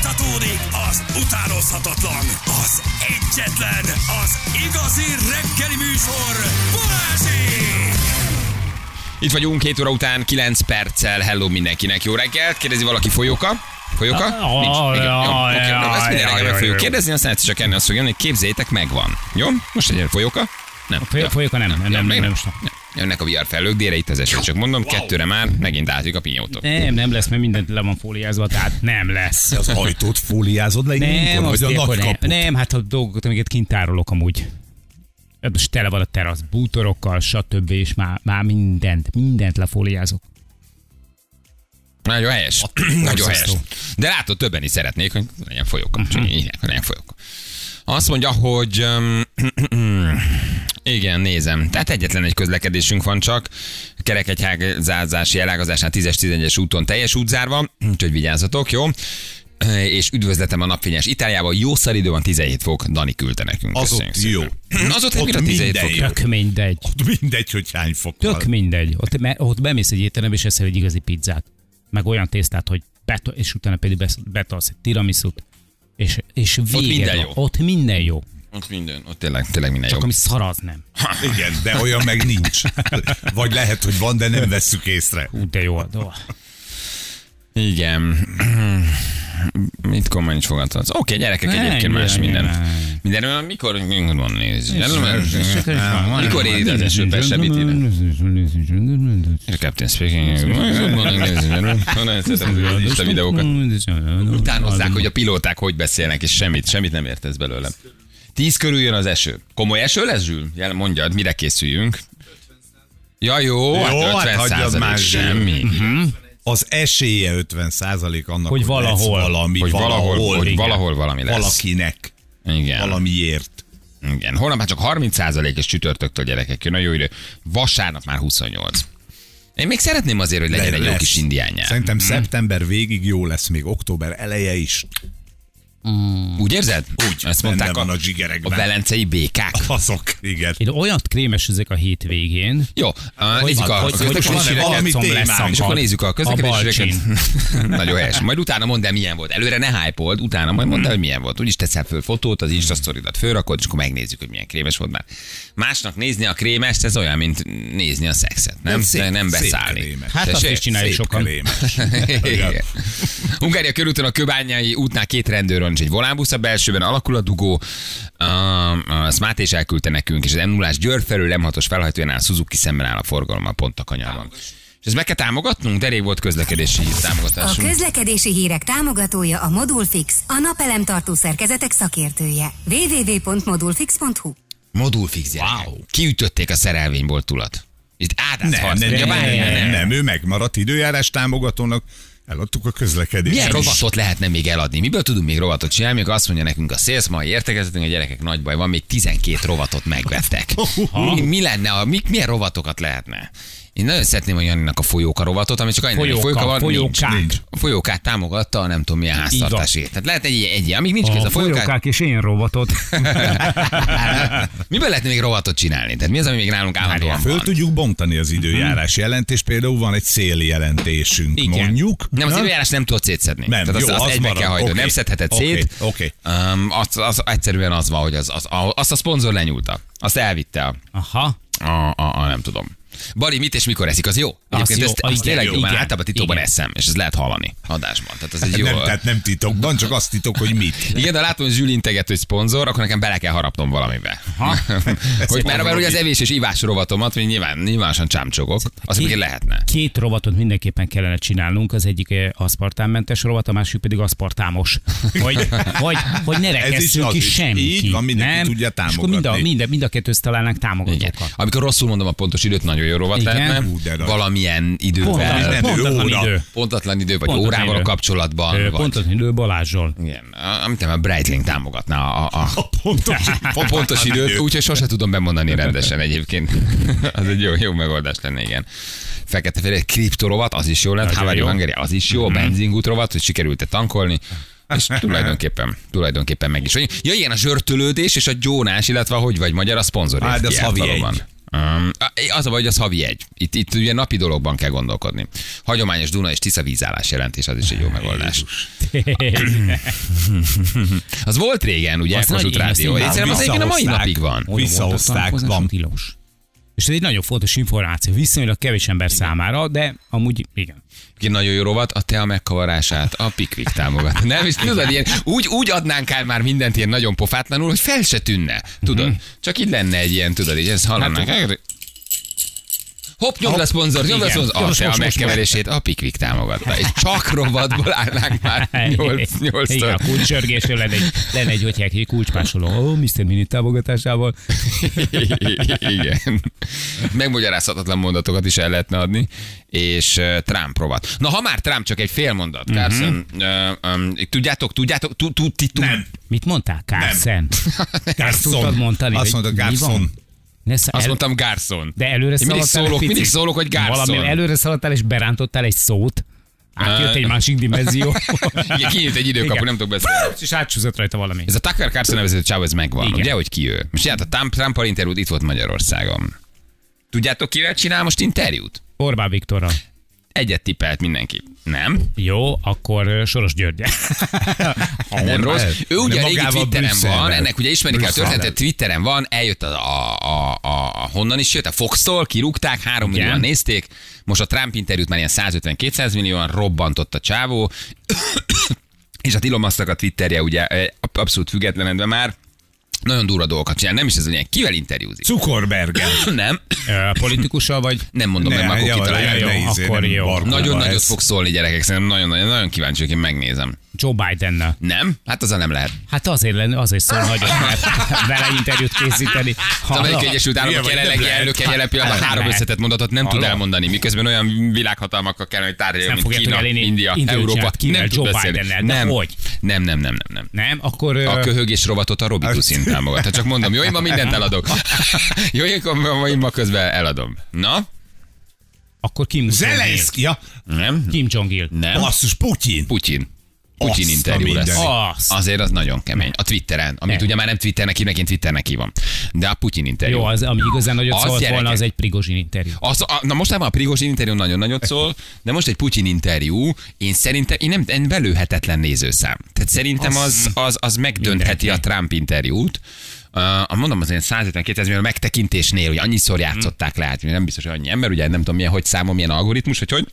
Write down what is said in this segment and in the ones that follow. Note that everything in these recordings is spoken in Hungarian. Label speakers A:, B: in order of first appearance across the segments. A: Fújtatódik az utánozhatatlan, az egyetlen, az igazi reggeli műsor, Balázsi!
B: Itt vagyunk, 7 óra után, 9 perccel, hello mindenkinek, jó reggelt, kérdezi valaki folyóka? Folyóka?
C: Ah,
B: Nincs.
C: ah,
B: Igen. Jó,
C: ah,
B: oké,
C: ah,
B: na, ezt minden
C: ah,
B: reggel meg
C: ah,
B: fogjuk
C: ah,
B: kérdezni, aztán egyszer csak enni azt fogjuk, hogy képzétek, megvan. Jó? Most egy folyóka? Nem.
C: folyó-
B: Jó.
C: folyóka nem, nem,
B: jó,
C: nem,
B: még
C: nem, most nem.
B: Jönnek a VR felőkdére, itt az eset, csak mondom, kettőre már megint átjuk a pinyótot.
C: Nem, nem lesz, mert mindent le van fóliázva, tehát nem lesz.
D: Az ajtót fóliázod le ilyenkor,
C: Nem,
D: vagy
C: azt
D: a
C: ilyenkor
D: nagy
C: nem.
D: kaput?
C: nem, hát a dolgokat, amiket kint tárolok amúgy. Hát Most tele van a terasz bútorokkal, stb. és már, már mindent, mindent lefóliázok.
B: Nagyon helyes. Nagyon helyes.
C: borzasztó.
B: De látod, többen is szeretnék, hogy legyen folyóka. Csak így hívják, hogy legyen folyóka. Azt mondja, hogy... öm, igen, nézem. Tehát egyetlen egy közlekedésünk van csak. Kerekegyházázási elágazásnál 10-es, 11-es úton teljes útzárva, úgyhogy vigyázzatok, jó? És üdvözletem a napfényes Itáliában. Jó szaridő van, 17 fok. Dani küldte nekünk.
D: Az
B: Köszönjük
D: ott
B: szépen. Az ott, ott a 17
D: minden
B: fok.
D: jó.
C: Tök mindegy.
D: Mindegy, hogy hány fokkal.
C: Tök mindegy. Ott, me- ott bemész egy étterembe, és eszel egy igazi pizzát. Meg olyan tésztát, hogy beto- és utána pedig besz- betalsz egy tiramisut. És, és vége
B: minden
C: van.
B: jó.
C: Ott minden jó.
B: Ott minden, ott tényleg, tényleg minden
C: Csak
B: jó.
C: ami szar, az nem.
D: Igen, de olyan meg nincs. Vagy lehet, hogy van, de nem vesszük észre.
C: Ú, de jó. De jó.
B: Igen. Mit komolyan is fogadhatsz? Oké, gyerekek,
C: Ne,
B: egyébként más
C: ne,
B: minden.
C: ne.
B: Minden, mikor, mikor van nézni?
C: Van-
B: Mikor éri az eső, persze, mit ér? Captain speaking. Van nézni, nem? Van, ez- ez- ez- Insta videókat. Utánozzák, hogy a pilóták hogy beszélnek, és semmit, semmit nem értesz belőle. Tíz körül jön az eső. Komoly eső lesz, Zsül? Jel, mondjad, mire készüljünk? Ja, jó, jó hát
D: Jó, hát
B: 50
D: hagyjad
B: százalék,
D: már, Zsül.
B: semmi.
D: Az esélye 50 százalék annak,
C: Hogy valahol.
D: lesz valami,
B: Hogy valahol, hogy
D: igen.
B: valahol valami lesz.
D: Valakinek.
B: Igen.
D: Valamiért.
B: Igen, holnap már csak 30%-es csütörtöktől gyerekek jön a jó idő. Vasárnap már 28. Én még szeretném azért, hogy legyen
D: Le-
B: egy jó
D: lesz.
B: kis indián nyár.
D: Szerintem szeptember végig jó lesz, még október eleje is.
B: Úgy érzed? Úgy. Ezt mondták
D: benne
B: a,
D: van
B: a,
D: a zsigerekben.
B: velencei békák.
D: Azok, igen.
C: Én olyat krémesüzek a hétvégén,
B: Jó, uh, nézzük a, a
C: hogy- hogy-
B: közlekedési
D: van-e
B: híreket.
D: valami témánk?
B: És akkor
C: Bal-
B: nézzük a
C: a
B: közlekedési
C: balcsin.
B: híreket. Nagyon helyes. Majd utána mondd el, milyen volt. Előre ne hype utána majd mondd el, hogy milyen volt. Úgyis teszel föl fotót, az Insta sztoridat fölrakod, és akkor megnézzük, hogy milyen krémes volt már. Másnak nézni a krémest, ez olyan, mint nézni a szexet. Nem, nem, nem beszállni.
D: krémes.
C: Hát azt
B: Tessék?
C: is csináljuk
D: Szép
C: sokan.
D: krémes.
B: Igen. Hungária körúton a Kőbányai útnál két rendőrön és egy volánbusz a belsőben, alakul a dugó. Uh, ezt Máté is elküldte nekünk, és az m 0 Győr felől M6-os felhajtójánál a Suzuki szemben áll a forgalommal, pont a kanyarban. És ezt meg kell támogatnunk? De rég volt közlekedési
E: A
B: támogatásunk.
E: közlekedési hírek támogatója a Modulfix, a napelem tartó szerkezetek szakértője. www.modulfix.hu
B: Modulfix gyerekek. Wow. Kiütötték a szerelvényból tulat. Itt
D: Nem,
B: ádász
D: nem, nem, nem,
B: nem,
D: nem, nem, ő megmaradt időjárás támogatónak, eladtuk a közlekedést.
B: Milyen
D: is.
B: rovatot lehetne még eladni? Miből tudunk még rovatot csinálni? Amikor azt mondja nekünk a szélsz, mai értekezetünk, a gyerekek nagy baj van, még 12 rovatot megvettek. Mi, mi lenne, a, mi, milyen rovatokat lehetne? Én nagyon szeretném a Janinak a folyóka rovatot, ami csak annyira hogy
C: Folyóka,
B: folyóka van,
C: folyókák.
B: Nincs, nincs. A folyókát támogatta, a nem tudom milyen háztartási. Tehát lehet egy ilyen, egy ilyen. amíg nincs kész a folyókát.
C: és én robotot.
B: Miből lehetne még rovatot csinálni? Tehát mi az, ami még nálunk állandóan
D: Föl
B: van?
D: tudjuk bontani az időjárás jelentést, például van egy széljelentésünk,
C: Igen.
D: mondjuk.
B: Nem, az
D: Na?
B: időjárás nem tudod szétszedni.
D: Nem,
B: Tehát
D: jó,
B: azt, azt
D: az
B: egybe
D: marad.
B: kell hajtani.
D: Oké,
B: Nem szedheted
D: oké,
B: szét.
D: oké.
B: Um, az, az, egyszerűen az van, hogy az, az, a- azt a szponzor lenyúlta. Azt elvitte a,
C: Aha.
B: a, a, a nem tudom. Bari, mit és mikor eszik, az jó? Egyébként
C: jó,
B: ezt,
C: az
B: azt tényleg
C: igen,
B: jó, mert
C: igen,
B: általában titokban
C: igen.
B: eszem, és ez lehet hallani adásban. Tehát az egy
D: Hát
B: jó.
D: nem, tehát nem titokban, csak az titok, hogy mit.
B: Igen, de ha látom, hogy Zsül integet, hogy szponzor, akkor nekem bele kell harapnom valamibe. hogy mert, mert ugye az evés és ivás rovatomat, hogy nyilván, nyilvánosan csámcsogok, az még lehetne.
C: Két rovatot mindenképpen kellene csinálnunk, az egyik eh, aszpartámmentes rovat, a másik pedig aszpartámos. Hogy, hogy, hogy ne rekesszünk
D: az
C: ki
D: is.
C: senki.
D: Így van, mindenki
C: nem?
D: tudja
C: És akkor mind a,
D: támogatni.
C: mind, a, mind a kettőt találnánk
B: Igen.
C: támogatókat.
B: Amikor rosszul mondom a pontos időt, nagyon jó rovat
C: Igen.
B: lehetne.
D: Hú, de nagy.
B: Valamilyen
C: Pontatlan,
B: idővel,
D: nem
C: pontatlan
D: óra.
C: idő.
B: pontatlan idő, vagy
C: Pontatlan
B: órával a
C: idő. Ö,
B: kapcsolatban. vagy-
C: Pontatlan idő Balázsról.
B: Igen, a- amit nem, a Breitling támogatná a, a,
D: A pontos,
B: a pontos időt, úgyhogy sose tudom bemondani rendesen egyébként. az egy jó, jó megoldás lenne, igen. Fekete félre, kriptorovat, az is jó lett,
C: Nagyon
B: Havari
C: jó. Mhm.
B: Hungary, az is jó, a benzingút rovat, hogy sikerült-e tankolni. És tulajdonképpen, tulajdonképpen meg is vagyunk. Ja, igen, a zsörtölődés és a gyónás, illetve a hogy vagy magyar, a szponzor.
D: Hát, az havi egy.
B: Um, az a baj, hogy az havi egy. Itt, itt ugye napi dologban kell gondolkodni. Hagyományos Duna és Tisza vízállás jelentés, az is egy jó megoldás. Az volt régen, ugye,
C: Az
B: Kossuth
C: nagy- én azt
B: Rádió. Én
C: imádom.
B: szerintem az egyébként a mai
D: Visszahozták.
B: napig van.
D: Visszahozták,
C: Olyamolt a
D: van.
C: tilos. És ez egy nagyon fontos információ, viszonylag kevés ember számára, de amúgy igen.
B: Ki nagyon jó rovat, a tea megkavarását, a pikvik támogat. Nem, és tudod, ilyen, úgy, úgy adnánk el már mindent ilyen nagyon pofátlanul, hogy fel se tűnne. Tudod?
C: Mhm.
B: Csak így lenne egy ilyen, tudod, így ezt
C: Hát,
B: hallanánk. Hopp, nyomd a szponzor, nyomd a
C: Igen.
B: szponzor. A
C: Most,
B: tea
C: most, most,
B: megkeverését a pikvik támogatta. És csak rovatból állnánk már Hát nyolc-
C: Igen, a
B: nyolcszor.
C: kulcsörgésről lenne egy, lenne egy, hogy hívják, egy kulcsmásoló. Ó, oh, Mr. Minit támogatásával.
B: Igen. Megmagyarázhatatlan mondatokat is el lehetne adni, és uh, Trump rovat. Na, ha már Trump, csak egy fél mondat.
C: Mhm.
B: Carson, uh, um, tudjátok, tudjátok, tu, tu, ti, tu,
D: Nem.
C: Mit mondtál? Carson.
D: Carson.
C: Tudtad mondani?
D: Azt
C: hogy
D: mondta
C: mi van?
D: Carson.
C: Ne szá-
B: Azt
C: el-
B: mondtam Gárszon.
C: De előre
B: Én mindig
C: szaladtál egy
B: szólok,
C: picit?
B: mindig szólok, hogy Gárszon.
C: Valami előre szaladtál és berántottál egy szót. Átjött egy másik dimenzió.
B: Igen, kinyílt egy időkapu,
C: Igen.
B: nem tudok beszélni.
C: És átsúzott rajta valami.
B: Ez a Tucker Carlson nevezető csáv, ez megvan.
C: Igen.
B: Ugye, hogy ki ő? Most csinált a Trump, Trump interjút, itt volt Magyarországon. Tudjátok, kivel csinál most interjút?
C: Orbán Viktorral.
B: Egyet tippelt mindenki. Nem?
C: Jó, akkor ö, Soros György.
B: nem rossz. Ő
D: De
B: ugye régi
D: magával
B: Twitteren
D: Brüsszelben.
B: van, ennek ugye ismerik el a
D: Brüsszelben.
B: történetet, Twitteren van, eljött a, a, a, a, a honnan is jött, a Fox-tól, kirúgták, három
C: Igen.
B: millióan nézték, most a Trump interjút már ilyen 150-200 millióan robbantott a csávó, és a Elon Musk-nak a Twitterje ugye eh, abszolút függetlenedve már, nagyon durva dolgokat csinál, nem is ez, hogy ilyen kivel interjúzik.
D: Zuckerbergen.
B: Nem,
C: Ö, Politikussal vagy?
B: nem mondom
D: Ne,
B: meg, már akkor
D: ja,
B: kitalálják.
D: ja, ja,
C: Jó,
D: ne izé,
C: akkor
D: nem
C: jó.
D: barkóba
B: Nagyon nagyot
D: ez.
B: fog szólni gyerekek, szerintem nagyon, nagyon, nagyon kíváncsi, hogy én megnézem.
C: Joe Bidennel.
B: Nem? Hát azzal nem lehet.
C: Hát azért lenne, azért szól nagyon, mert vele interjút készíteni.
B: Az
C: Hallod?
B: Amerikai Egyesült Államok
D: Ilyen vagy,
B: jelenlegi
D: nem lehet.
B: elnöke jelen pillanatban
C: Hát,
B: három
C: lehet.
B: összetett mondatot nem tud
C: Halló?
B: elmondani, miközben olyan világhatalmakkal kellene, hogy tárgyaljon,
C: Nem
B: mint
C: fogja
B: Kína,
C: tudni elérni
B: India,
C: Indiai
B: Európa.
C: család kivel,
B: nem tud
C: Joe
B: beszélni.
C: Bidennel, de
B: nem,
C: hogy?
B: nem, nem, nem, nem, nem.
C: Nem, akkor... ö,
B: A köhögés rovatot a Robi Tuszin támogat. Hát csak mondom, jó, én ma mindent eladok. jó, én ma- én ma közben eladom. Na?
C: Akkor Kim Jong-il.
D: Zelenszky, ja.
B: Nem?
C: Kim Jong-il.
B: Nem?
D: Basszus, Putyin.
B: Putyin. Putyin
D: Azt a
B: interjú
D: mindenit.
B: lesz.
C: Azt.
B: Azért az nagyon kemény. A Twitteren, amit
C: Nem.
B: ugye már nem Twitternek hívnak, én Twitternek hívom. De a Putyin interjú.
C: Jó, az, ami igazán nagyot
B: Az
C: szólt volna,
B: gyerekek.
C: az egy Prigozsin interjú.
B: Az, a, na mostában a Prigozsin interjú nagyon nagyot szól, de most egy Putyin interjú, én szerintem, én nem én belőhetetlen nézőszám. Tehát szerintem az, az, az megdöntheti a Trump interjút. Uh, mondom, az ilyen 150-200 millió megtekintésnél, hogy annyiszor játszották le, hát nem biztos, hogy annyi ember, ugye nem tudom, milyen, hogy számom, milyen algoritmus, hogy hogy.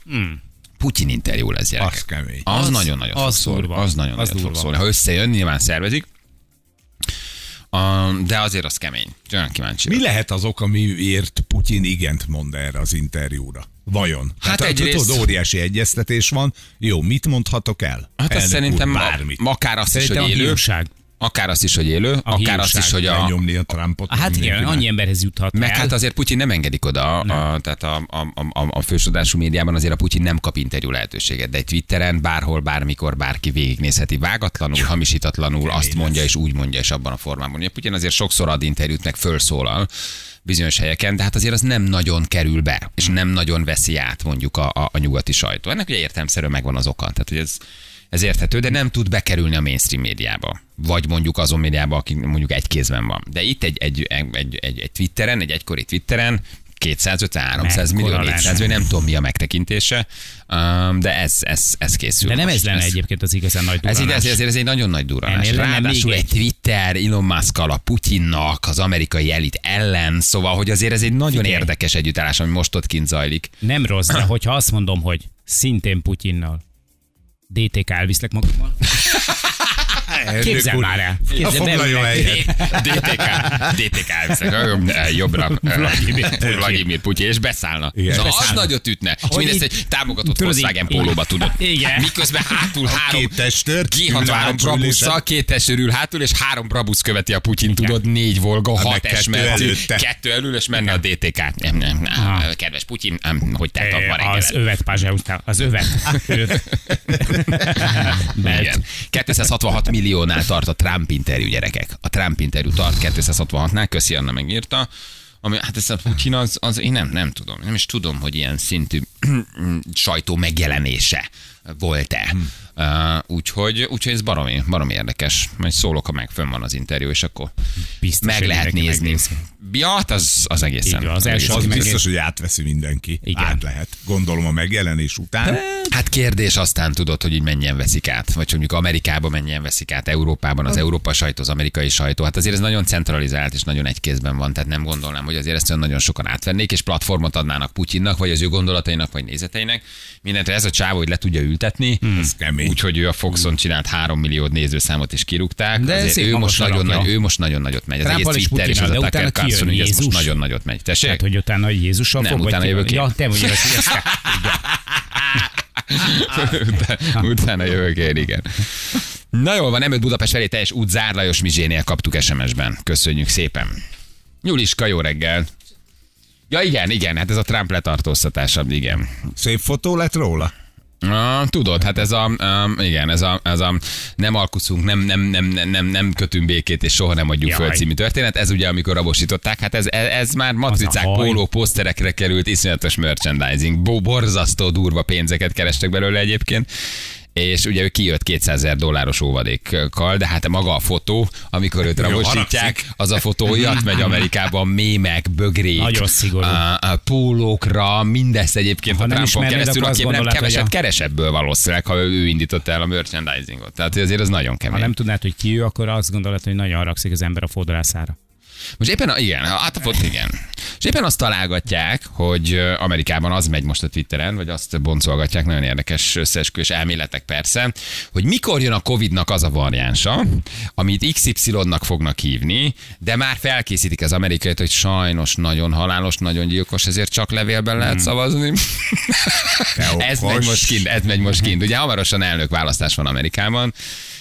B: Putyin interjú lesz gyerekek.
D: Az kemény.
B: Az
C: Az-
B: nagyon-nagyon
C: az
B: fog szólni.
C: durva.
B: Az nagyon
C: Az
B: nagyon fog
C: durva.
B: szólni. Ha összejön, nyilván szervezik. Um, de azért az kemény. Olyan kíváncsi.
D: Mi lehet az ok, amiért Putyin igent mond erre az interjúra? Vajon?
B: Hát
D: Tehát,
B: egyrészt-
D: Tudod, óriási egyeztetés van. Jó, mit mondhatok el?
B: Hát azt
D: Elnök
B: szerintem
D: úr,
B: ma-
D: bármit.
B: akár azt
C: Szerintem a
B: is, hogy élő,
C: hiúság.
B: akár azt is, hogy élő, akár azt
C: hiúság,
B: is, hogy a...
D: Lenyomni a Trumpot.
C: Hát igen,
D: mindenkinek.
C: annyi emberhez juthat
B: Meg
C: el.
B: hát azért Putyin nem engedik oda, a, tehát a, a, a, a fősodású médiában azért a Putyin nem kap interjú lehetőséget, de egy Twitteren bárhol, bármikor, bárki végignézheti vágatlanul, hamisítatlanul, azt mondja és úgy mondja, és abban a formában. Ugye Putyin azért sokszor ad interjút, meg felszólal bizonyos helyeken, de hát azért az nem nagyon kerül be, és nem nagyon veszi át mondjuk a, a, a nyugati sajtó. Ennek ugye értelmszerűen megvan az oka, tehát hogy ez, ez érthető, de nem tud bekerülni a mainstream médiába. Vagy mondjuk azon médiába, aki mondjuk egy kézben van. De itt egy, egy, egy, egy, egy Twitteren, egy egykori Twitteren, 250-300 millió,
C: Mekkora
B: 400 millió, nem tudom mi a megtekintése, um, de ez, ez, ez készül.
C: De nem
B: most.
C: ez lenne egyébként az igazán nagy
B: Ez, így,
C: durranás.
B: ez, ezért ez egy nagyon nagy durranás.
C: Ennél lenne
B: Ráadásul
C: még
B: egy
C: egy.
B: Twitter, Elon musk a Putyinnak, az amerikai elit ellen, szóval, hogy azért ez egy nagyon
C: Figyelj.
B: érdekes együttállás, ami most ott kint zajlik.
C: Nem rossz, de hogyha azt mondom, hogy szintén Putyinnal DTK elviszlek magammal.
D: Elnök
C: Képzel
D: úr,
C: már el.
D: Ja,
C: Képzel,
D: foglaljon
C: beülnek.
D: helyet.
B: DTK, DTK, viszont jobbra Vladimir Putyin, és beszállna.
D: Igen.
B: Na, az
D: Beszállna.
B: nagyot ütne, és
C: Hogy
B: mindezt
C: így-
B: egy támogatott
C: Tudod, így-
B: Volkswagen pólóba tudod.
C: Igen.
B: Miközben hátul három
D: két testőr, ül a
B: G63
D: hátsó
B: brabusszal,
D: ülésen.
B: két testőr ül hátul, és három brabusz követi a Putyin, tudod, négy volga, hat
D: meg kettő
B: esmercű,
D: előtte.
B: kettő elől, és menne a DTK. Nem, nem, nem, Kedves Putyin, nem, hogy tett Hát a ma
C: Eh, Az
B: reggelet?
C: övet Pázsá után. Az övet.
B: Igen. 266 milliónál tart a Trump interjú, gyerekek. A Trump interjú tart 266-nál, köszi Anna megírta. Ami, hát ez a Putyin az, az, én nem, nem tudom. Nem is tudom, hogy ilyen szintű sajtó megjelenése volt-e.
C: Hm.
B: Hmm. Uh, úgyhogy, úgyhogy ez baromi, baromi érdekes. Majd szólok, ha meg fönn van az interjú, és akkor
C: Biztos,
B: meg
C: hogy
B: lehet
C: mindenki
B: nézni.
C: megnézi.
B: Ja, hát az, az egészen.
C: Így van, az első,
B: egészen.
D: Az
C: aki
D: biztos,
C: megnéz-
D: hogy átveszi mindenki.
C: Igen.
D: Át lehet. Gondolom a megjelenés után.
B: Hát kérdés aztán tudod, hogy így mennyien veszik át, vagy hogy mondjuk Amerikában mennyien veszik át, Európában az Európa sajtó, az amerikai sajtó. Hát azért ez nagyon centralizált és nagyon egy kézben van, tehát nem gondolnám, hogy azért ezt olyan nagyon sokan átvennék, és platformot adnának Putyinnak, vagy az ő gondolatainak, vagy nézeteinek. Mindent ez a csávó, hogy le tudja ültetni.
C: Hmm.
D: Ez kemény.
B: Úgyhogy ő a Foxon csinált 3 millió nézőszámot is kirúgták.
C: De
B: De
C: ez
B: azért
C: szép
B: ő most,
C: magas
B: nagyon
C: alapja.
B: nagy, ő most nagyon nagyot megy. Az
C: Trumppal
B: egész
C: és
B: Twitter és az
C: Putyinnal,
B: a
C: de
B: Tucker
C: utána kijön
B: Carlson, hogy ez most
C: Jézus.
B: nagyon nagyot megy. Tessék?
C: Hát, hogy utána Jézussal
B: Nem,
C: fog, vagy
B: utána
C: ki-
B: jövök én.
C: Ja, te vagy jövök, hogy ezt
B: Utána- Utána jövök én, igen. Na jól van, nem öt Budapest felé teljes útzár Lajos Mizsénél kaptuk SMS-ben. Köszönjük szépen. Juliska, jó reggel. Ja igen, igen, hát ez a Trump letartóztatása, igen.
D: Szép fotó lett róla?
B: Ah, tudod, hát ez a, um, igen, ez a, ez a nem alkuszunk, nem, nem, nem, nem, nem, nem kötünk békét, és soha nem adjuk
C: Jaj.
B: föl című történet. Ez ugye, amikor rabosították, hát ez, ez, ez már matricák,
C: haj.
B: pólók, poszterekre került, iszonyatos merchandising. Bo- borzasztó durva pénzeket kerestek belőle egyébként és ugye ő kijött 200 ezer dolláros óvadékkal, de hát maga a fotó, amikor őt rabosítják,
D: haragszik.
B: az a fotó jött megy Amerikában, mémek, bögrék,
C: Nagyon szigorú.
B: a, a pólókra, mindezt egyébként
C: Ha
B: a
C: nem
B: Trumpon
C: ismernéd,
B: keresztül,
C: akkor azt
B: aki nem
C: gondolnád, hogy
B: keveset
C: a-
B: keres ebből valószínűleg, ha ő indította el a merchandisingot. Tehát azért az nagyon kemény.
C: Ha nem tudnád, hogy ki ő, akkor azt gondolod, hogy nagyon haragszik az ember a fodrászára.
B: Most éppen, a- igen, átapott, igen. És éppen azt találgatják, hogy ö, Amerikában az megy most a Twitteren, vagy azt boncolgatják, nagyon érdekes összeesküvés elméletek persze, hogy mikor jön a Covid-nak az a variánsa, amit XY-nak fognak hívni, de már felkészítik az amerikait, hogy sajnos nagyon halálos, nagyon gyilkos, ezért csak levélben
C: Hmm.
B: lehet szavazni. ez
D: okos.
B: megy most kint, ez megy most kint. Ugye hamarosan elnök választás van Amerikában,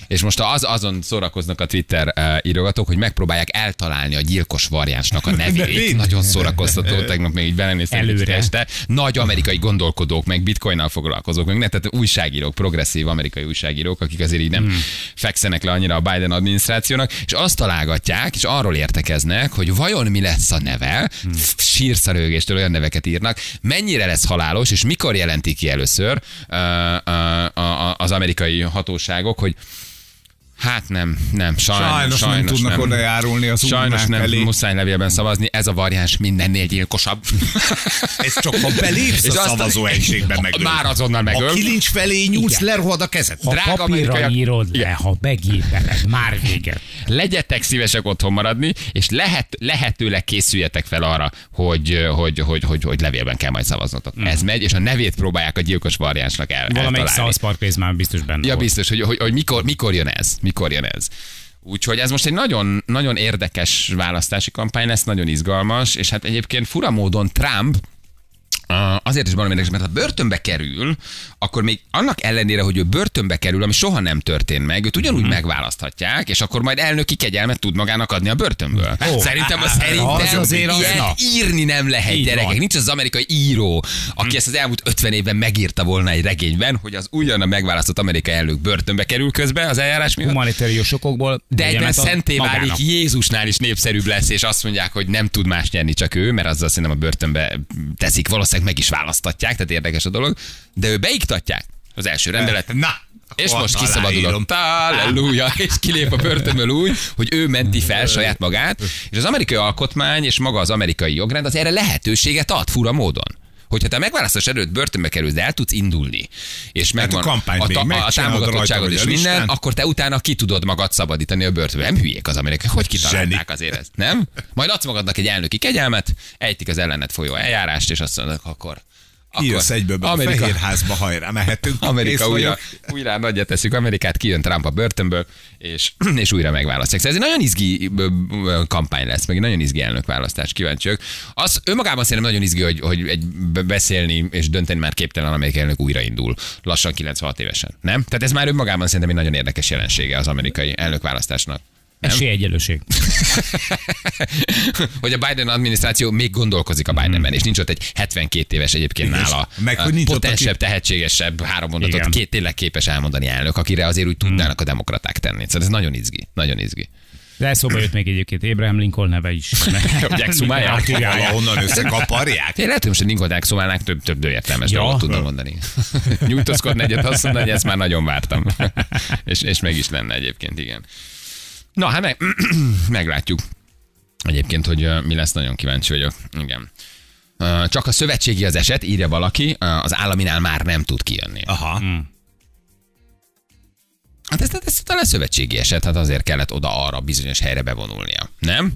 B: és most az, azon szórakoznak a Twitter uh, írogatók, hogy megpróbálják eltalálni a gyilkos variánsnak a nevét.
D: mit?
B: Nagyon szórakoztató, tegnap még így belenéztem
C: Előre.
B: kicsit este. Nagy amerikai gondolkodók, meg bitcoinnal foglalkozók, meg ne, tehát újságírók, progresszív amerikai újságírók, akik azért így nem hmm. fekszenek le annyira a Biden adminisztrációnak, és azt találgatják, és arról értekeznek, hogy vajon mi lesz a neve, hmm. sírszalőgéstől olyan neveket írnak, mennyire lesz halálos, és mikor jelentik ki először ö, ö, a- a- az amerikai hatóságok, hogy Hát nem, nem, sajnos,
D: Sajnos, nem tudnak
B: nem.
D: oda járulni az
B: Sajnos
D: urnák
B: nem
D: elé.
B: muszáj levélben szavazni, ez a variáns mindennél gyilkosabb.
D: Ez csak ha belépsz
B: És
D: a
B: azt-
D: szavazóegységben meg.
B: Már azonnal megöl.
D: Ha kilincs felé nyúlsz,
C: Igen.
D: lerohad a kezed.
C: Ha
B: Drága
C: papírra
B: amerikaiak-
C: írod le, ha begépeled, már vége.
B: Legyetek szívesek otthon maradni, és lehet, lehetőleg készüljetek fel arra, hogy, hogy, hogy, hogy, hogy levélben kell majd szavaznotok. Mm. Ez megy, és a nevét próbálják a gyilkos variánsnak el,
C: Valamelyik
B: eltalálni.
C: South Park rész már biztos benne
B: Ja,
C: volt.
B: biztos, hogy, hogy, hogy mikor, mikor jön ez, mikor jön ez. Úgyhogy ez most egy nagyon, nagyon érdekes választási kampány lesz, nagyon izgalmas, és hát egyébként fura módon Trump Uh, azért is valami érdekes, mert ha börtönbe kerül, akkor még annak ellenére, hogy ő börtönbe kerül, ami soha nem történt meg, őt
C: Mhm.
B: ugyanúgy megválaszthatják, és akkor majd elnöki kegyelmet tud magának adni a börtönből. Oh,
C: Ó.
B: szerintem az, szerintem
C: Az azért az-
B: ilyet
C: na.
B: írni nem lehet,
C: Így
B: gyerekek.
C: van. Hm.
B: Nincs az amerikai író, aki ezt az elmúlt 50 évben megírta volna egy regényben, hogy az ugyan megválasztott amerikai elnök börtönbe kerül közben az eljárás miatt.
C: Humanitárius okokból.
B: De egyben
D: hát
C: egyemet ad
B: szenté válik,
C: magának.
B: Jézusnál is népszerűbb lesz, és azt mondják, hogy nem tud más nyerni, csak ő, mert azzal szerintem a börtönbe teszik, valószínűleg meg is választatják, tehát érdekes a dolog, de ő beiktatják az első rendelet.
D: Na,
B: És
D: akkor
B: most
D: aláírom.
B: kiszabadulott. Halleluja! És kilép a börtönből úgy, hogy ő menti fel saját magát, és az amerikai alkotmány és maga az amerikai jogrend az erre lehetőséget ad fura módon. Hogyha te a megválasztás előtt börtönbe kerülsz, de el tudsz indulni, és megvan
D: Hát kampányt
B: a,
D: még
B: ta- a, a
D: megcsinálod
B: támogatottságod
D: rajta,
B: és
D: vagy a
B: minden,
D: listán.
B: akkor te utána ki tudod magad szabadítani a börtönbe. Nem hülyék az amerikai, hogy kitalálták
D: Zseni.
B: azért ezt, nem? Majd adsz magadnak egy elnöki kegyelmet, ejtik az ellenet folyó eljárást, és azt mondod, akkor... akkor
D: Kijössz egyből be Amerika. a fehérházba, hajrá, mehetünk.
B: Amerika
D: Kész
B: újra,
D: vagyok.
B: újra nagyja teszük Amerikát, kijön Trump a börtönből, és, és újra megválasztják. Szóval ez egy nagyon izgi ö, ö, kampány lesz, meg egy nagyon izgi elnökválasztás, kíváncsi vagyok. Az önmagában szerintem nagyon izgi, hogy, hogy egy b- beszélni és dönteni már képtelen amerikai elnök újraindul, lassan 96 évesen, nem? Tehát ez már önmagában szerintem egy nagyon érdekes jelensége az amerikai elnökválasztásnak.
C: Esélyegyelőség.
B: hogy a Biden adminisztráció még gondolkozik a Bidenben, és nincs ott egy 72 éves egyébként
D: Hmm. Igen,
B: nála
D: és meg, hogy
B: ö,
D: nincs ott,
B: potensebb,
D: aki-
B: tehetségesebb három mondatot
C: Igen.
D: Hmm.
B: két tényleg képes elmondani elnök, akire azért úgy tudnának a demokraták tenni. Szóval ez nagyon izgi, nagyon izgi.
C: De szóba jött még egyébként Abraham Lincoln neve is.
B: Jack Sumaya?
D: Hát igen, valahonnan összekaparják.
B: Én lehet, hogy most a Ninkodák szomálnák több, több értelmes ja.
C: Ja.
B: dolgot tudna mondani. Nyújtózkodna egyet, azt mondaná, hogy ezt már nagyon vártam. és, és meg is lenne egyébként, igen. Na, hát meg, meglátjuk. Egyébként, hogy ö, mi lesz, nagyon kíváncsi vagyok. Igen. Ö, Csak a szövetségi az eset, írja valaki, ö, az államinál már nem tud kijönni.
D: Aha.
B: Hát ez, ez talán szövetségi eset, hát azért kellett oda arra bizonyos helyre bevonulnia. Nem?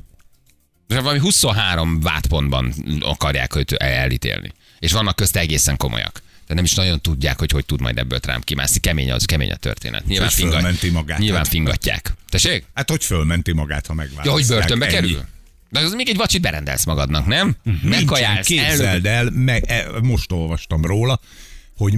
B: De valami 23 vádpontban akarják őt el- elítélni. És vannak közt egészen komolyak. De nem is nagyon tudják, hogy hogy tud majd ebből Trump kimászni. Kemény az, kemény a történet. Nyilván,
D: És fölmenti magát.
B: Nyilván fingatják. Tessék?
D: Hát hogy fölmenti magát, ha megválasztják?
B: Ja, hogy börtönbe
D: Hát, Ennyi.
B: kerül? De az még egy vacsit berendelsz magadnak, nem?
D: Nincsen,
B: Megkajálsz,
D: képzeld el, me, e, most olvastam róla, hogy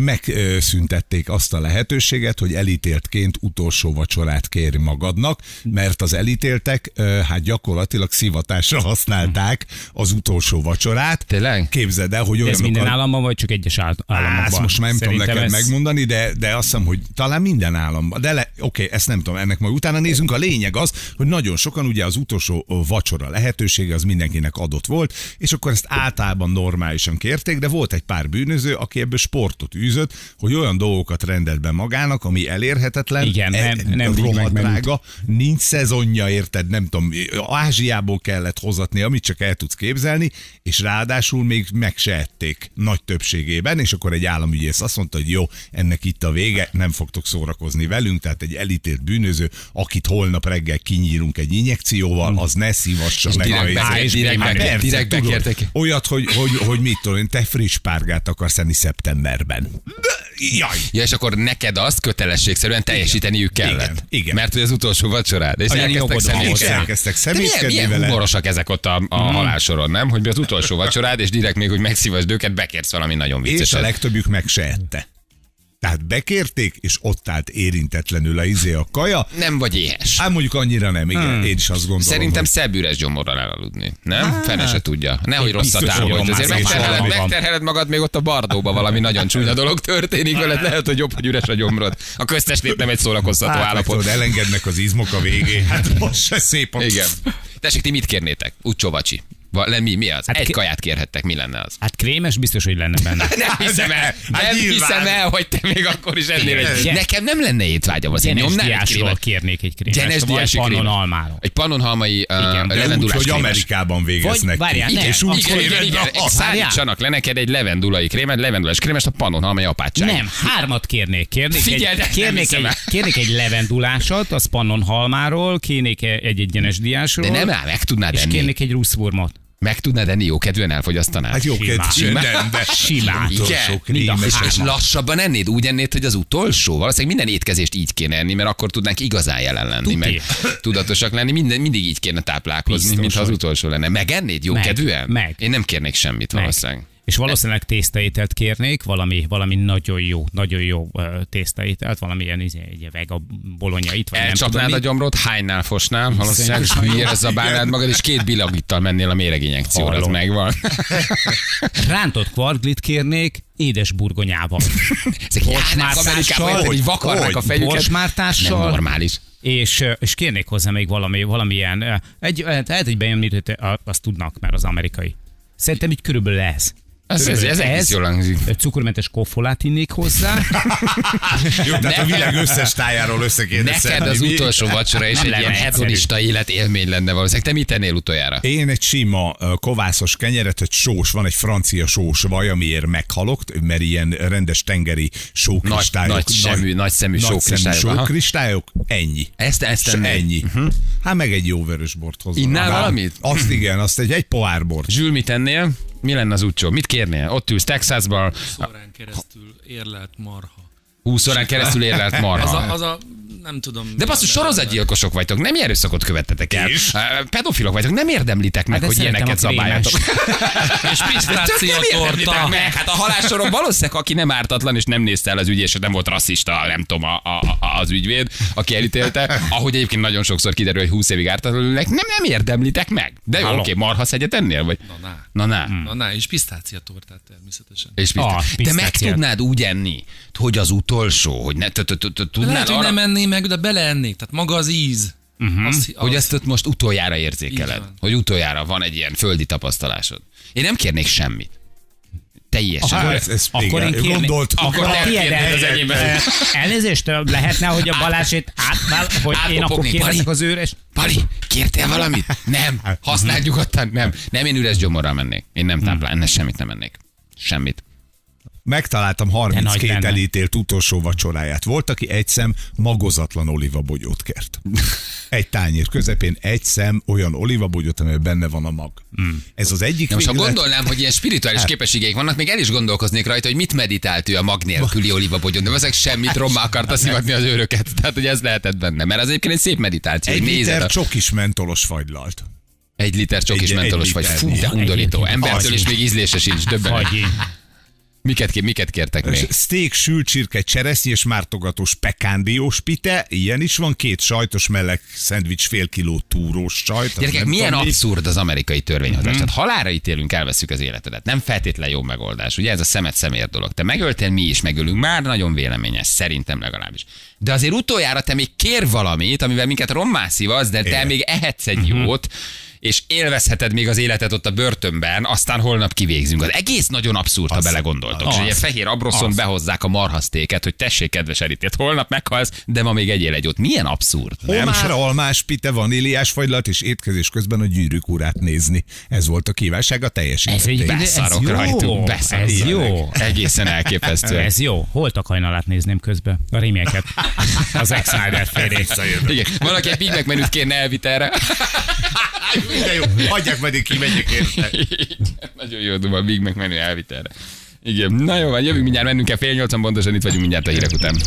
D: megszüntették azt a lehetőséget, hogy elítéltként utolsó vacsorát kér magadnak, mert az elítéltek ö, hát gyakorlatilag szivatásra használták az utolsó vacsorát.
B: Tényleg?
D: Képzeld el, hogy
C: De
D: olyan
C: ez minden államban, vagy csak egyes áll- államokban?
D: Á, ezt most már nem tudom
C: Szerintem
D: neked
C: ez-
D: megmondani, de, de azt hiszem, hogy talán minden államban. De le, oké, ezt nem tudom, ennek majd utána nézünk. A lényeg az, hogy nagyon sokan ugye az utolsó ö, vacsora lehetősége az mindenkinek adott volt, és akkor ezt általában normálisan kérték, de volt egy pár bűnöző, aki ebből sportot űzött, hogy olyan dolgokat rendelt be magának, ami elérhetetlen, E,
C: Igen, nem- nem
D: rohadt
C: így megmenült.
D: drága, nincs szezonja, érted, nem tudom, Ázsiából kellett hozatni, amit csak el tudsz képzelni, és ráadásul még meg se ették nagy többségében, és akkor egy államügyész azt mondta, hogy jó, ennek itt a vége, nem fogtok szórakozni velünk, tehát egy elítélt bűnöző, akit holnap reggel kinyírunk egy injekcióval, az ne szívassa
B: És
D: meg
B: direkt
D: a
B: be-
D: részét.
B: direkt
D: Hát
B: be-
D: persze,
B: direkt
D: tudod,
B: bekértek.
D: Olyat, hogy, hogy, hogy mit tudom én, te friss párgát akarsz enni szeptemberben. De- Jaj,
B: Ja, és akkor neked azt kötelességszerűen teljesíteniük
D: Igen,
B: kellett.
D: igen.
B: Mert hogy az utolsó vacsorád. És
C: Olyan
B: elkezdtek
C: jogod van
D: és
B: személyes-
C: hozzá.
D: elkezdtek
B: De milyen,
D: személyeskedni
B: milyen
D: vele. Mhm.
B: humorosak ezek ott a, a mm. halálsoron, nem? Hogy az utolsó vacsorád, és direkt még, hogy megszívasd őket, bekérsz valami nagyon
D: És a
B: vicceset.
D: legtöbbjük meg se ette. Tehát bekérték, és ott állt érintetlenül a izé a kaja.
B: Nem vagy éhes.
D: Ám mondjuk annyira nem, igen, hmm. én is azt gondolom.
B: Szerintem
D: hogy...
B: szebb üres gyomorral elaludni, nem? Hát. Fene se tudja. Nehogy rosszat
D: biztos, hogy
B: álmodj.
D: van
B: Azért
D: már
B: megterheled,
D: valami van.
B: megterheled magad még ott a bardóba, valami nagyon csúnya dolog történik veled, lehet, hogy jobb, hogy üres a gyomrod. A köztestét nem egy szórakoztató
D: Hát, meg tudod,
B: állapot.
D: elengednek az izmok a végén. Hát most se szép a...
B: Igen. Tessék, ti mit kérnétek? Úgy csovacsi. Va- Le, mi, mi az?
C: Hát
B: Egy
C: ki-
B: kaját kérhettek, mi lenne az?
C: Hát krémes biztos, hogy lenne benne.
B: Nem hiszem el,
D: Hát
B: nem
D: nyilván.
B: hiszem el, hogy te még akkor is ennél egy...
C: Igen.
B: Nekem nem lenne étvágyam, az én
C: Genes
B: nyomnál egy
C: diásról
B: krémet.
C: kérnék egy krémes.
B: Genes diás
C: pannon almáról.
B: Egy pannonhalmai uh,
C: de
D: De úgy,
B: levendulás
D: hogy
B: krémes.
D: Amerikában végeznek
C: Vagy- várjál,
D: ki.
C: ne,
D: és úgy, Ah,
B: Igen,
D: hogy
B: igen, igen,
D: Na,
B: Szállítsanak le neked egy levendulai krémet, levendulás krémest a pannon, amely apátság.
C: Nem, hármat kérnék. Kérnék,
B: Figyeld, nem
C: egy, kérnék,
B: hiszem
C: egy,
B: el.
C: kérnék egy levendulásat, az pannon halmáról, kérnék e- egy egyenes diásról.
B: De nem áll, meg tudnád
C: És
B: enni.
C: kérnék egy ruszformot.
B: Meg tudnád enni, jó kedvűen elfogyasztanád.
D: Hát jó,
C: Simán.
D: kedv,
B: Simán.
D: nem, de...
C: Simán.
D: Utolsó
B: Igen,
D: krém,
C: mind a
D: és-
B: És lassabban ennéd, úgy ennéd, hogy az utolsó. Valószínűleg minden étkezést így kéne enni, mert akkor tudnánk igazán jelen lenni,
C: Tuti.
B: meg tudatosak lenni. Minden, mindig így kéne táplálkozni,
C: Biztos,
B: mintha az
C: hogy.
B: utolsó lenne. Megennéd jó
C: Meg,
B: kedvűen?
C: meg.
B: Én nem kérnék semmit
C: Meg.
B: valószínűleg.
C: És valószínűleg tésztaételt kérnék, valami, valami nagyon jó, nagyon jó ö, tésztaételt, valami ilyen, izé, egy vega bolonyait, vagy nem tudom
B: Elcsapnád a
C: mit.
B: gyomrod, hánynál fosnál, valószínűleg hülyére zabálnád magad, és két bilagittal mennél a méreginjekcióra, az
C: Hallom.
B: megvan.
C: Rántott kvarglit kérnék, édes burgonyával.
B: Ezek járnak
C: Borsmártással,
B: Amerikában, érted, így
C: hogy-
B: vakarnak a
C: hogy
B: fejüket.
C: borsmártással.
B: Nem normális.
C: és, ö, és kérnék hozzá még valami, valamilyen, ö, egy, ö, hát lehet egy bejelenítőt, ö, azt tudnak, mert az amerikai. Szerintem így körülbelül ez.
B: Ez, ez, ez, egész jól hangzik.
C: Ö, Cukormentes koffolát innék hozzá.
D: Jó, tehát a
B: Ne-
D: világ összes tájáról összekérdezett.
B: Neked az utolsó vacsora és egy
C: lenne
B: ilyen
C: egyszerű.
B: hedonista élet élmény lenne valószínűleg. Te mit ennél utoljára?
D: Én egy sima ö, kovászos kenyeret, egy sós, van egy francia sós vaj, amiért meghalok, mert ilyen rendes tengeri sókristályok.
B: Nagy- nagy semű- nagy szemű sókristályok, aha.
D: sókristályok, ennyi.
B: Ezt, ezt
D: S
B: ennéd.
D: ennyi. Uh-huh. Hát meg egy jó vörös bort hozzá.
B: Innál
D: Ám,
B: valamit?
D: Azt igen, azt egy, egy pohár bort.
B: Zsül, mit ennél? Mi lenne az útcsó? Mit kérnél? Ott ülsz Texasban,
F: szórán keresztül érlelt marha.
B: 20 órán keresztül érlelt
F: Az a,
B: marha.
F: az a nem tudom.
B: Ah. De basszus, sorozatgyilkosok vagytok, nem erőszakot követtetek el.
D: És?
B: Ö, Pedofilok vagytok, nem érdemlitek meg,
C: Hát de
B: hogy
C: szeretem
B: ilyeneket
C: a krémes.
B: zabáljátok.
F: És
B: Tök
F: pisztácia
B: nem érdemlitek
F: torta.
B: meg. Hát a halálsoron valószínűleg, aki nem ártatlan és nem nézte el az ügyét, és nem volt rasszista, nem tudom, a, a, a, az ügyvéd, aki elítélte, ahogy egyébként nagyon sokszor kiderül, hogy 20 évig ártatlan ülnek, nem, nem érdemlitek meg. De jó, oké,
C: Halló.
B: okay, marhasz egyet ennél? Vagy?
F: Na, Hmm. na.
B: Na, na.
F: Na, na, és pisztácia tortát természetesen.
B: És pisztá...
C: Ah,
B: de meg
C: pisztáciát.
B: tudnád úgy enni, hogy az utolsó, hogy ne, t- t- t- t- tudnál
F: Lehet, hogy
B: arra...
F: nem enném meg, de beleennék. Tehát maga az íz.
B: Uh-huh.
F: Azt-
B: Azt, hogy
F: azt-
B: ezt ott most utoljára
F: Így
B: érzékeled.
F: van.
B: Hogy utoljára van egy ilyen földi tapasztalásod. Én nem kérnék semmit. Teljesen.
D: Aha,
B: Aha,
D: ez, ez
C: Akkor
D: igen,
C: én kérnék-
D: gondolt,
B: akkor
C: Akkor
B: te
C: ti
B: kérnéd
C: erre-
B: az enyémben.
C: Elnézést, lehetne, hogy a Balázsét átvál, hogy én akkor
B: Átpopognék,
C: kérhetek
B: Bali.
C: az őres.
B: Pali, kértél valamit? Nem. Használd nyugodtan? Nem. Nem, én üres gyomorral mennék. Én nem
D: Hmm.
B: táplál, ennek semmit nem mennék. Semmit.
D: Megtaláltam
C: De nagy
D: 32
C: lenne.
D: elítélt utolsó vacsoráját. Volt, aki egy szem magozatlan olivabogyót kért. Egy tányér közepén egy szem olyan olivabogyót, amiben benne van a mag.
C: Hmm.
D: Ez az egyik
B: Na most ha
D: véglet-
B: gondolnám, hogy ilyen
D: Hát.
B: spirituális képességeik vannak, még el is gondolkoznék rajta, hogy mit meditált ő a mag nélküli olivabogyon, de ezek semmit rommá akarta szivatni az őröket. Tehát, hogy ez lehetett benne. Mert az egyébként egy szép meditáció,
D: egy
B: hogy nézed
D: liter
B: a
D: csokis mentolos fagylalt.
B: Egy liter csokis
D: Egy- egy
B: mentolos vagy.
D: liter.
B: Fú, de
D: Igen.
B: undorító.
C: Egyébként
D: az
B: Embertől és
D: is.
B: még ízlése sincs. Döbben.
C: Fagyi.
B: Miket, ké- miket kértek még?
D: Steak, sült csirke, cseresznyi és mártogatós pekándiós pite, ilyen is van, két sajtos meleg szendvics, fél kiló túrós sajt. az
B: Gyerekek,
D: nem
B: milyen
D: tudom mi. Mhm.
B: abszurd az amerikai törvényhozás. Tehát halára ítélünk, elveszük az életedet. Nem feltétlen jó megoldás. Ugye ez a szemet szemér dolog. Te megöltél, mi is megölünk. Már nagyon véleményes, szerintem legalábbis. De azért utoljára te még kér valamit, amivel minket rommá szívaz, de te
D: Igen. Mhm.
B: még ehetsz egy jót, és élvezheted még az életet ott a börtönben, aztán holnap kivégzünk. Az egész nagyon abszurd, ha belegondoltok. És
C: Az.
B: egy ilyen fehér abroszon behozzák a marhasztéket, hogy tessék, kedves elítélt, holnap meghalsz, de ma még egyél egy jót. Milyen abszurd?
D: Homár, almás, pite, vaníliás fagylalt és étkezés közben a gyűrűkúrát nézni. Ez volt a kívánság, a
C: Ez egy
D: teljesítették.
C: be-
B: Beszarok
C: Ez jó.
B: rajtunk, beszarok.
C: Ez jó.
B: tényleg. Egészen elképesztő.
C: Ez jó. Holtak hajnalát nézném közben. A rímeket. Az Zack Snyder félék.
B: Igen. Van, aki egy Big Mac menüt kérne elvitelre.
D: De jó, hagyják meddig kimegyek érte.
B: Igen, Nagyon jó duma, a Big Mac menü elvitelre. Igen. Na jó, van, jövünk mindjárt, mennünk kell fél nyolcan, pontosan itt vagyunk mindjárt a hírek után.